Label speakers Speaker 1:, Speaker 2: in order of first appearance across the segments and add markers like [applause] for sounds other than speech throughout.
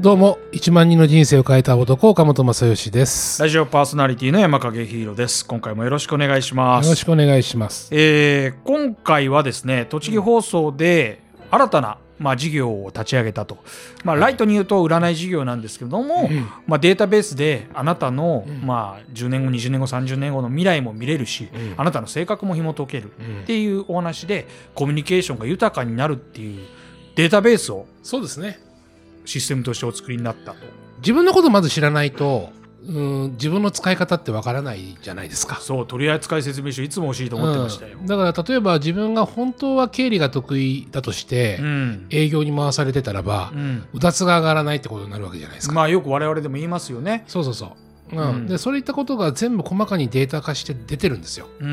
Speaker 1: どうも1万人の人生を変えた男岡本正義ですよ
Speaker 2: ラジオパーソナリティの山影ヒーローです。今回もよろしくお願いします。
Speaker 1: ろしくお願いします
Speaker 2: えー今回はですね、栃木放送で新たな、まあ、事業を立ち上げたと。まあ、ライトに言うと占い事業なんですけども、
Speaker 1: うん
Speaker 2: まあ、データベースであなたの、
Speaker 1: うん
Speaker 2: まあ、10年後、20年後、30年後の未来も見れるし、
Speaker 1: うん
Speaker 2: あなたの性格も紐解ける
Speaker 1: う
Speaker 2: っ
Speaker 1: ん
Speaker 2: ていうお話で、コミュニケーションが豊かになるっていうデータベースを
Speaker 1: そうですね
Speaker 2: システムとしてお作りになったと。
Speaker 1: 自分のことまず知らないとうん自分の使い方ってわからないじゃないですか
Speaker 2: そう、取扱説明書いつも欲しいと思ってましたよ。
Speaker 1: うんだから例えば自分が本当は経理が得意だとして、
Speaker 2: うん
Speaker 1: 営業に回されてたらば
Speaker 2: う、ん
Speaker 1: うたつが上がらないってことになるわけじゃないですか、
Speaker 2: まあよく我々でも言いますよね。
Speaker 1: そうそうそう、うん
Speaker 2: うん
Speaker 1: でそういったことが全部細かにデータ化して出てるんですよ、
Speaker 2: うー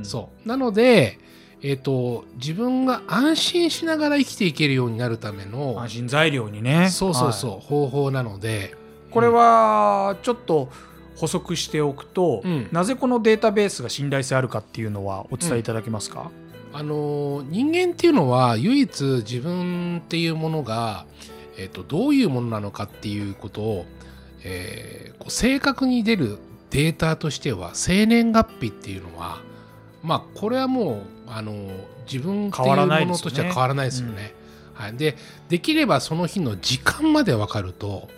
Speaker 2: ん。
Speaker 1: そうなのでえっ、と自分が安心しながら生きていけるようになるための
Speaker 2: 安心材料にね。
Speaker 1: そうそうそう、
Speaker 2: は
Speaker 1: 方法なので
Speaker 2: いこれはちょっと補足しておくと、
Speaker 1: うん
Speaker 2: なぜこのデータベースが信頼性あるかっていうのはお伝えいただけますか。
Speaker 1: あのー人間っていうのは唯一自分っていうものが、えっとどういうものなのかっていうことを、えーこう正確に出るデータとしては生年月日っていうのはまあこれはもう、あのー自分ってい
Speaker 2: 変わ
Speaker 1: う
Speaker 2: らな
Speaker 1: も
Speaker 2: いで
Speaker 1: の
Speaker 2: すよね
Speaker 1: としては変わらないですよね。はい、でできればその日の時間まで分かると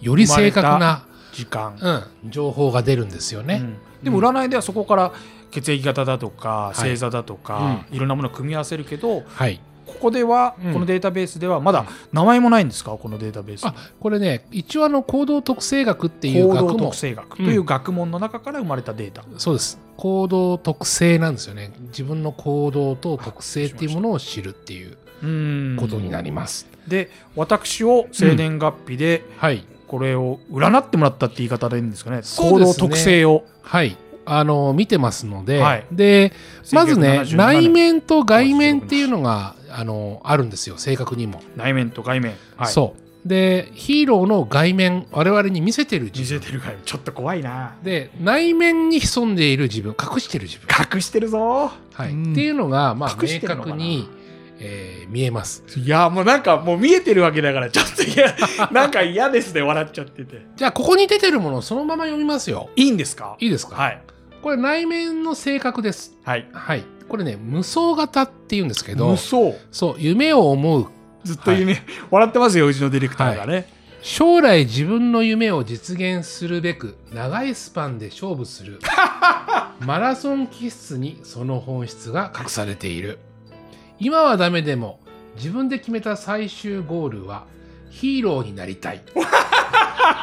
Speaker 1: より正確な、
Speaker 2: 時間。
Speaker 1: うん、情報が出るんですよね。
Speaker 2: うんでも占いではそこから血液型だとか
Speaker 1: い
Speaker 2: 星座だとか、いろんなものを組み合わせるけど
Speaker 1: はい、
Speaker 2: ここでは、
Speaker 1: うん
Speaker 2: このデータベースではまだ名前もないんですかこのデータベース
Speaker 1: あこれね一応あの行動特性学っていう
Speaker 2: 行動
Speaker 1: 学も
Speaker 2: 特性学という学問の中から生まれたデータ、
Speaker 1: そうです行動特性なんですよね自分の行動と特性っていうものを知るっていう
Speaker 2: うん
Speaker 1: ことになります、
Speaker 2: で私を生年月日で
Speaker 1: はい
Speaker 2: これを占ってもらったって言い方でいいんですかね
Speaker 1: そう
Speaker 2: 行
Speaker 1: ですね
Speaker 2: 動特性を
Speaker 1: はいあの見てますので、
Speaker 2: はい
Speaker 1: でまずね
Speaker 2: 1977
Speaker 1: 内面と外面っていうのがあのあるんですよ正確にも、
Speaker 2: 内面と外面、はい、
Speaker 1: そうでヒーローの外面我々に見せてる
Speaker 2: 見
Speaker 1: 自
Speaker 2: せ
Speaker 1: 分
Speaker 2: てる外面ちょっと怖いな
Speaker 1: で内面に潜んでいる自分隠してる自分、
Speaker 2: 隠してるぞ
Speaker 1: はい
Speaker 2: うん
Speaker 1: っていうのが、まあ、
Speaker 2: 隠
Speaker 1: 明
Speaker 2: してるのか
Speaker 1: 確
Speaker 2: な
Speaker 1: に、えー見えます
Speaker 2: いやもうなんかもう見えてるわけだからちょっといや [laughs] なんか嫌ですね笑っちゃってて
Speaker 1: じゃあここに出てるものをそのまま読みますよ
Speaker 2: いいんですか
Speaker 1: いいですか、
Speaker 2: はい
Speaker 1: これ内面の性格です。
Speaker 2: はい
Speaker 1: はい。これね、無双型って言うんですけど
Speaker 2: 無、双
Speaker 1: そう、夢を思う。
Speaker 2: ずっと夢、笑ってますようちのディレクターがね、
Speaker 1: 将来自分の夢を実現するべく、長いスパンで勝負
Speaker 2: [laughs]
Speaker 1: する。マラソン気質にその本質が隠されている。今はダメでも、自分で決めた最終ゴールは、ヒーローになりた
Speaker 2: [laughs]
Speaker 1: い。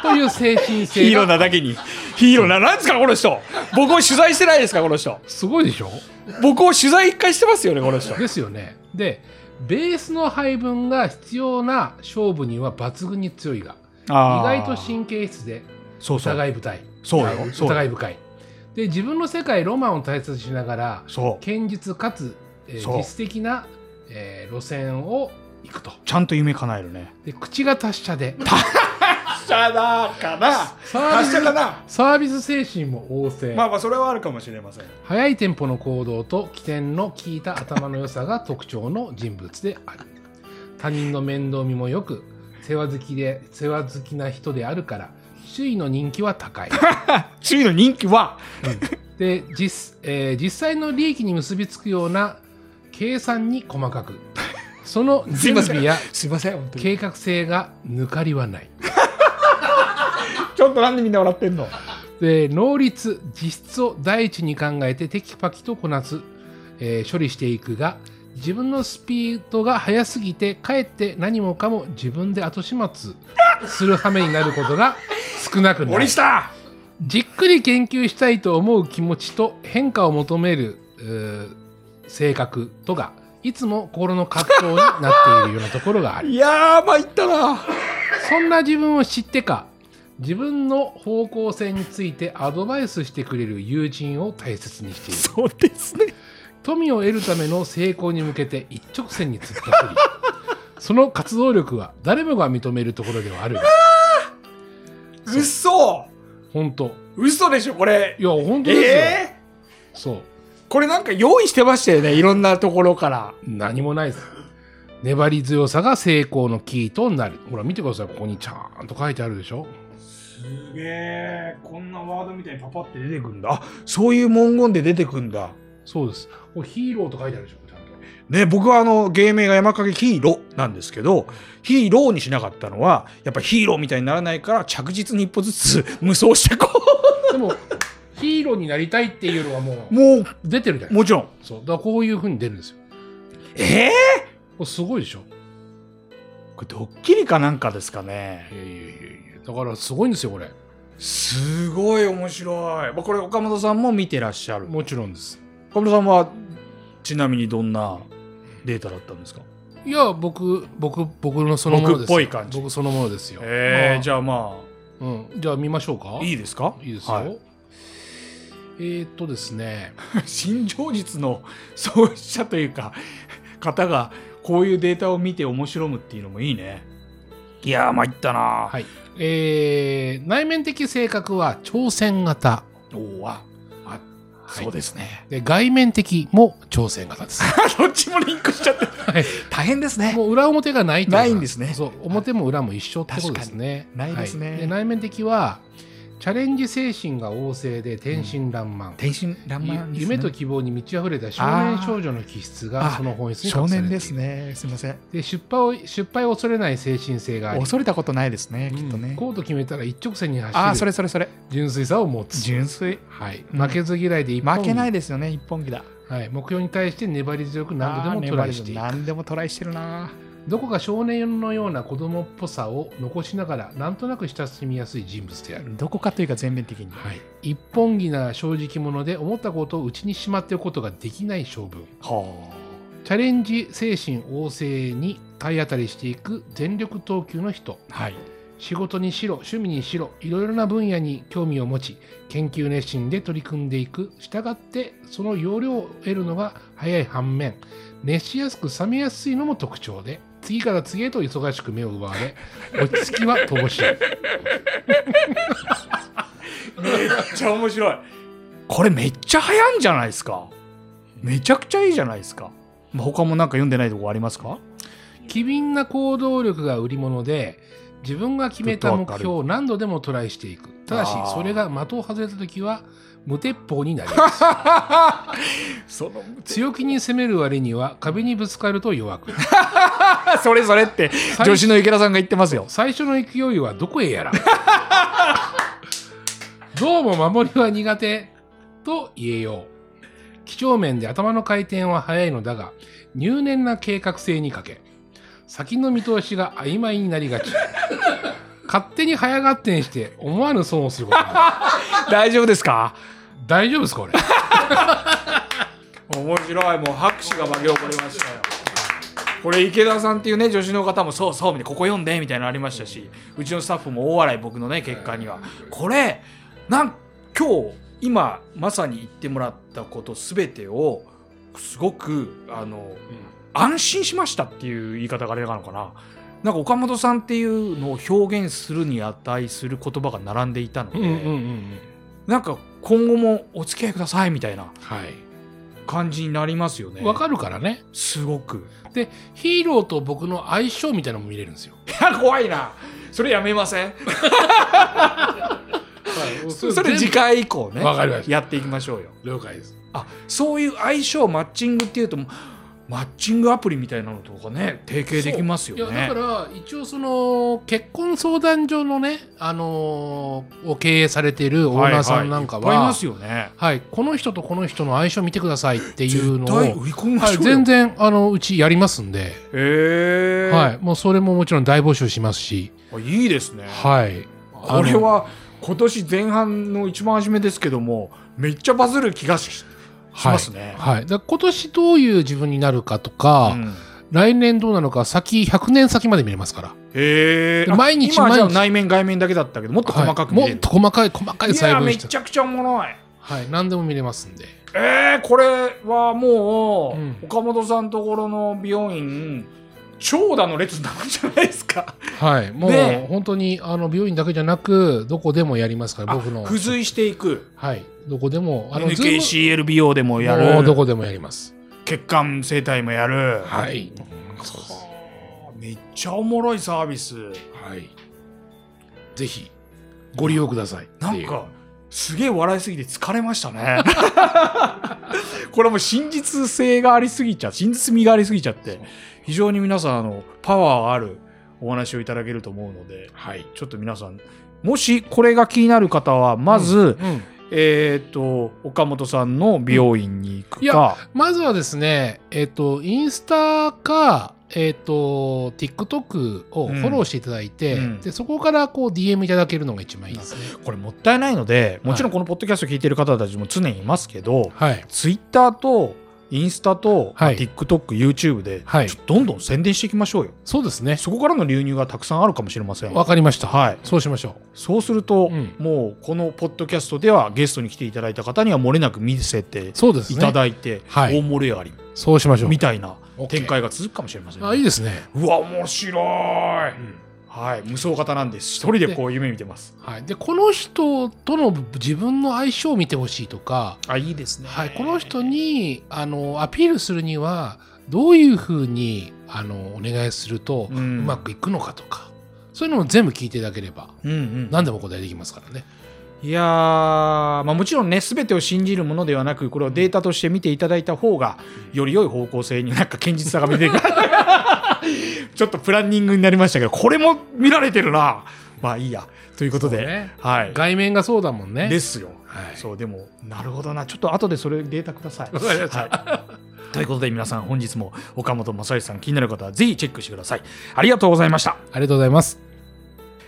Speaker 1: という精神
Speaker 2: ヒー
Speaker 1: 性
Speaker 2: ロー
Speaker 1: が。
Speaker 2: なだけにヒーローななんですかこの人僕を取材してないですかこの人
Speaker 1: すごいでしょ
Speaker 2: 僕を取材一回してますよねこの人
Speaker 1: ですよね。で、ベースの配分が必要な勝負には抜群に強いが、意外と神経質で
Speaker 2: そうそう
Speaker 1: 疑い深い。
Speaker 2: そうよ
Speaker 1: はい
Speaker 2: そうよ
Speaker 1: 疑い深い。で、自分の世界、ロマンを大切にしながら、
Speaker 2: そう
Speaker 1: 堅実かつ、えー
Speaker 2: そう
Speaker 1: 実質的な、えー路線を行くと。
Speaker 2: ちゃんと夢叶えるね
Speaker 1: で、口が達者で、
Speaker 2: 達者だかな
Speaker 1: サービス
Speaker 2: な
Speaker 1: サービス精神も旺盛、
Speaker 2: あまあそれはあるかもしれません
Speaker 1: 早いテンポの行動と起点の効いた頭の良さが特徴の人物である他人の面倒見もよく世話好きで世話好きな人であるから周囲の人気は高い
Speaker 2: 次の人気は
Speaker 1: で実,、えー実際の利益に結びつくような計算に細かくその準備や
Speaker 2: すいません本当
Speaker 1: 計画性が抜かりはない
Speaker 2: ちょっとなんでみんな笑ってんの
Speaker 1: で能率実質を第一に考えてテキパキとこなす、えー処理していくが自分のスピードが速すぎてかえって何もかも自分で後始末する羽目になることが少なくなる
Speaker 2: 森下
Speaker 1: じっくり研究したいと思う気持ちと変化を求めるうー性格とがいつも心の葛藤になっているようなところがある
Speaker 2: いやー参ったな
Speaker 1: そんな自分を知ってか、自分の方向性についてアドバイスしてくれる友人を大切にしている。
Speaker 2: そうですね
Speaker 1: 富を得るための成功に向けて一直線に突っ走り、その活動力は誰もが認めるところではあるが、
Speaker 2: 嘘
Speaker 1: 本当。
Speaker 2: 嘘でしょこれ
Speaker 1: いや、本当ですよ。
Speaker 2: ええ
Speaker 1: そう。
Speaker 2: これなんか用意してましたよねいろんなところから
Speaker 1: 何もないです。粘り強さが成功のキーとなるほら見てくださいここにちゃんと書いてあるでしょ
Speaker 2: すげえこんなワードみたいにパパって出てくるんだあそういう文言で出てくるんだ
Speaker 1: そうですこれヒーローと書いてあるでしょちゃんと
Speaker 2: ね僕はあの芸名が山影ヒーローなんですけどヒーローにしなかったのはやっぱヒーローみたいにならないから着実に一歩ずつ [laughs] 無双してこ
Speaker 1: でもヒーローになりたいっていうのはも
Speaker 2: うも
Speaker 1: う出てるじゃ
Speaker 2: う
Speaker 1: ない
Speaker 2: もちろん
Speaker 1: そうだからこういうふうに出るんですよ
Speaker 2: ええ
Speaker 1: これすごいでしょ
Speaker 2: これドッキリかなんかですかね
Speaker 1: いやいやいやいやだからすごいんですよこれ
Speaker 2: すごい面白い、まあ、これ岡本さんも見てらっしゃる
Speaker 1: もちろんです
Speaker 2: 岡本さんはちなみにどんなデータだったんですか
Speaker 1: いや僕僕僕のそのものですよ
Speaker 2: 僕っぽい感じ
Speaker 1: 僕そのものですよ
Speaker 2: ええ
Speaker 1: まあ
Speaker 2: じゃあま
Speaker 1: うん、じゃあ見ましょうか
Speaker 2: あいいですか
Speaker 1: いいですよ、
Speaker 2: はい
Speaker 1: えーっとですね
Speaker 2: 新情実の [laughs] 創始者というか方がこういうデータを見て面白むっていうのもいいねいやー参ったなー、
Speaker 1: はいえー内面的性格は挑戦型
Speaker 2: おおあ、あ
Speaker 1: はい
Speaker 2: そうですね
Speaker 1: で外面的も挑戦型です
Speaker 2: [laughs] どっちもリンクしちゃって
Speaker 1: はい
Speaker 2: 大変ですね
Speaker 1: [laughs] もう裏表がないとうのが
Speaker 2: ないんですね
Speaker 1: そう表も裏も一緒ってことですね
Speaker 2: 確かにないですね
Speaker 1: はいで内面的はチャレンジ精神が旺盛で天真爛漫、
Speaker 2: 天真爛漫です、ね、
Speaker 1: ゆ夢と希望に満ち溢れた少年少女の気質
Speaker 2: あ
Speaker 1: が
Speaker 2: ー
Speaker 1: その本質に
Speaker 2: 少
Speaker 1: 隠されてい
Speaker 2: 年
Speaker 1: る
Speaker 2: ですねすみません
Speaker 1: で失敗を失敗を恐れない精神性があり
Speaker 2: 恐れたことないですね、きっと
Speaker 1: うん
Speaker 2: ね
Speaker 1: こうと決めたら一直線に走る
Speaker 2: ああそれそれそれ
Speaker 1: [laughs] 純粋さを持つ、
Speaker 2: 純粋
Speaker 1: はい、
Speaker 2: うん
Speaker 1: 負けず嫌いで一本
Speaker 2: 負けないですよね一本気だ
Speaker 1: はい、目標に対して粘り強く何度でもトライしてい
Speaker 2: あー粘
Speaker 1: く
Speaker 2: りだ何でもトライしてるな
Speaker 1: どこか少年のような子供っぽさを残しながらなんとなく親しみやすい人物である、
Speaker 2: どこかというか全面的に
Speaker 1: はい、一本気な正直者で思ったことを内にしまっておくことができない性分
Speaker 2: は
Speaker 1: チャレンジ精神旺盛に体当たりしていく全力投球の人
Speaker 2: あはい
Speaker 1: 仕事にしろ趣味にしろいろいろな分野に興味を持ち研究熱心で取り組んでいく従ってその要領を得るのが早い反面熱しやすく冷めやすいのも特徴で次から次へと忙しく目を奪われ
Speaker 2: [laughs]
Speaker 1: 落ち着きは乏しい
Speaker 2: めっちゃ面白いこれめっちゃ流行んじゃないですかめちゃくちゃいいじゃないですか、まあ、他もなんか読んでないとこありますか
Speaker 1: 機敏な行動力が売り物で自分が決めた目標を何度でもトライしていくただし
Speaker 2: あー
Speaker 1: それが的を外れた時は無鉄砲にな
Speaker 2: [laughs]
Speaker 1: ります
Speaker 2: その
Speaker 1: 強気に攻める割には壁にぶつかると弱く
Speaker 2: それそれって女子の池田さんが言ってますよ
Speaker 1: 最初の勢いはどこへやら [laughs] どうも守りは苦手と言えよう几帳面で頭の回転は速いのだが入念な計画性に欠け先の見通しが曖昧になりがち勝手に早がってんして思わぬ損をすることがある
Speaker 2: 大丈夫ですか
Speaker 1: 大丈夫ですかこれ
Speaker 2: 面白いもう拍手が巻き起こりましたよこれ池田さんっていうね女子の方もそうそうみたいなここ読んでみたいなのありましたしうちのスタッフも大笑い僕のね結果にはこれなん今日今まさに言ってもらったこと全てをすごくあの安心しましたっていう言い方があれなのかななんか岡本さんっていうのを表現するに値する言葉が並んでいたので、
Speaker 1: うんうんうんうん
Speaker 2: なんか今後もお付き合いくださいみたいな
Speaker 1: はい
Speaker 2: 感じになりますよね
Speaker 1: わかるからね
Speaker 2: すごく [laughs]
Speaker 1: でヒーローと僕の相性みたいなのも見れるんですよ、
Speaker 2: いや怖いなそれやめませんそれ次回以降ね
Speaker 1: わかりました
Speaker 2: やっていきましょうよ
Speaker 1: 了解です
Speaker 2: あそういう相性マッチングっていうとマッチングアプリみたいなのとかね提携できますよ
Speaker 1: いやだ
Speaker 2: ね
Speaker 1: から一応その結婚相談所のね、あのーを経営されているオーナーさんなんか
Speaker 2: いっぱいい
Speaker 1: は
Speaker 2: ますよね
Speaker 1: はいこの人とこの人の相性見てくださいっていうのを、
Speaker 2: 絶対売り込みまし
Speaker 1: は
Speaker 2: ょ
Speaker 1: い、
Speaker 2: うよ
Speaker 1: 全然あのうちやりますんで、
Speaker 2: ええ
Speaker 1: はい、もうそれももちろん大募集しますし、
Speaker 2: あいいですね
Speaker 1: はい、あの
Speaker 2: これは今年前半の一番初めですけどもめっちゃバズる気がしし
Speaker 1: はい
Speaker 2: ますね、
Speaker 1: はい、だから今年どういう自分になるかとか、
Speaker 2: うん
Speaker 1: 来年どうなのか先100年先まで見れますから、
Speaker 2: へえ
Speaker 1: 毎日
Speaker 2: 今はじゃあ
Speaker 1: 毎日
Speaker 2: 内面外面だけだったけどもっと細かく見
Speaker 1: は
Speaker 2: れ
Speaker 1: い、
Speaker 2: る
Speaker 1: もっと細かい細かい
Speaker 2: い
Speaker 1: 細
Speaker 2: や
Speaker 1: 分
Speaker 2: め
Speaker 1: し
Speaker 2: ちゃくちゃおもろい
Speaker 1: はい、何でも見れますんで。
Speaker 2: えー、これはもう、
Speaker 1: うん
Speaker 2: 岡本さんところの美容院長蛇の列になるんじゃないです
Speaker 1: [laughs]
Speaker 2: か
Speaker 1: はい、も
Speaker 2: ね
Speaker 1: う本当にあの病院だけじゃなくどこでもやりますから
Speaker 2: あ
Speaker 1: 僕の
Speaker 2: 付随していく
Speaker 1: はいどこでもあの
Speaker 2: NKCL 美容でもや
Speaker 1: もうど
Speaker 2: る
Speaker 1: こでもやります
Speaker 2: 血管整体もやる
Speaker 1: はい
Speaker 2: はめっちゃおもろいサービス
Speaker 1: はい。ぜひ、ご利用ください。
Speaker 2: なんかすげえ笑いすぎて疲れまし
Speaker 1: [laughs]
Speaker 2: たねこれもう真実性がありすぎちゃ真実味がありすぎちゃっ
Speaker 1: ってい
Speaker 2: て
Speaker 1: う、
Speaker 2: 非常に皆さんあのパワーあるお話をいただけると思うので
Speaker 1: はい。
Speaker 2: ちょっと皆さんもしこれが気になる方はまず、
Speaker 1: うん。
Speaker 2: えっ、と岡本さんの美容院に行
Speaker 1: い
Speaker 2: く
Speaker 1: や
Speaker 2: か、
Speaker 1: まずはですね、えっ、と、インスタか、えっ、と、TikTok をフォローしていただいて、
Speaker 2: うんうん
Speaker 1: でそこからこう DM いただけるのが一番いいですね。
Speaker 2: これもったいないのでもちろんこのポッドキャスト聞いてる方たちも常にいますけど、
Speaker 1: はい。
Speaker 2: ツイッターとインスタと、
Speaker 1: はい
Speaker 2: TikTokYouTube で、
Speaker 1: はい
Speaker 2: ちょっとどんどん宣伝していきましょうよ
Speaker 1: そうですね。
Speaker 2: そこからの流入がたくさんあるかもしれません
Speaker 1: わかりました。
Speaker 2: はい
Speaker 1: そうしましょ
Speaker 2: そうすると、
Speaker 1: うん
Speaker 2: もうこのポッドキャストではゲストに来ていただいた方には漏れなく見せて
Speaker 1: う。そうです
Speaker 2: い
Speaker 1: ね。
Speaker 2: ただいて、
Speaker 1: はい
Speaker 2: 大盛り上がり
Speaker 1: そうしましょう
Speaker 2: み。たいな
Speaker 1: OK
Speaker 2: 展開が続くかもしれませんね、
Speaker 1: あ、いいですね。
Speaker 2: うわ面白い、はい無双型なんです一人でこう夢見てます
Speaker 1: はい、でこの人との自分の相性を見てほしいとか、
Speaker 2: あいいですね
Speaker 1: はい、この人にあのアピールするにはどういうふうにあのお願いすると
Speaker 2: う
Speaker 1: うんまくいくのかとか、そういうのも全部聞いていただければ
Speaker 2: うんうん
Speaker 1: 何でもお答えできますからね。
Speaker 2: いやー、まあ、もちろんね全てを信じるものではなくこれをデータとして見ていただいた方がより良い方向性になんか堅実さが
Speaker 1: [laughs]
Speaker 2: 見てくるちょっとプランニングになりましたけどこれも見られてるなまあいいやということで、
Speaker 1: そうね
Speaker 2: はい
Speaker 1: 外面がそうだもんね。
Speaker 2: ですよ、
Speaker 1: はい
Speaker 2: そうでもなるほどなちょっと後でそれデータください。
Speaker 1: わかりました
Speaker 2: はい、ということで皆さん本日も岡本正義さん気になる方はぜひチェックしてくださいありがとうございました。
Speaker 1: ありがとうございます。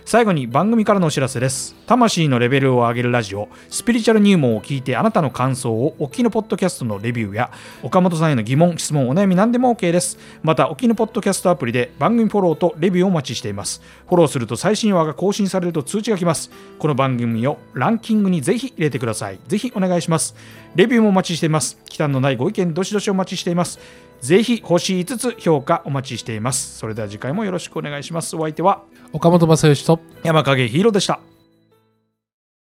Speaker 2: 最後に番組からのお知らせです魂のレベルを上げるラジオスピリチュアル入門を聞いてあなたの感想をお聞きのポッドキャストのレビューや岡本さんへの疑問質問お悩み何でも OK ですまたお聞きのポッドキャストアプリで番組フォローとレビューをお待ちしていますフォローすると最新話が更新されると通知が来ますこの番組をランキングにぜひ入れてくださいぜひお願いしますレビューもお待ちしています忌憚のないご意見どしどしお待ちしていますぜひ星5つ評価お待ちしていますそれでは次回もよろしくお願いしますお相手は
Speaker 1: 岡本正義と
Speaker 2: 山影ヒーローでした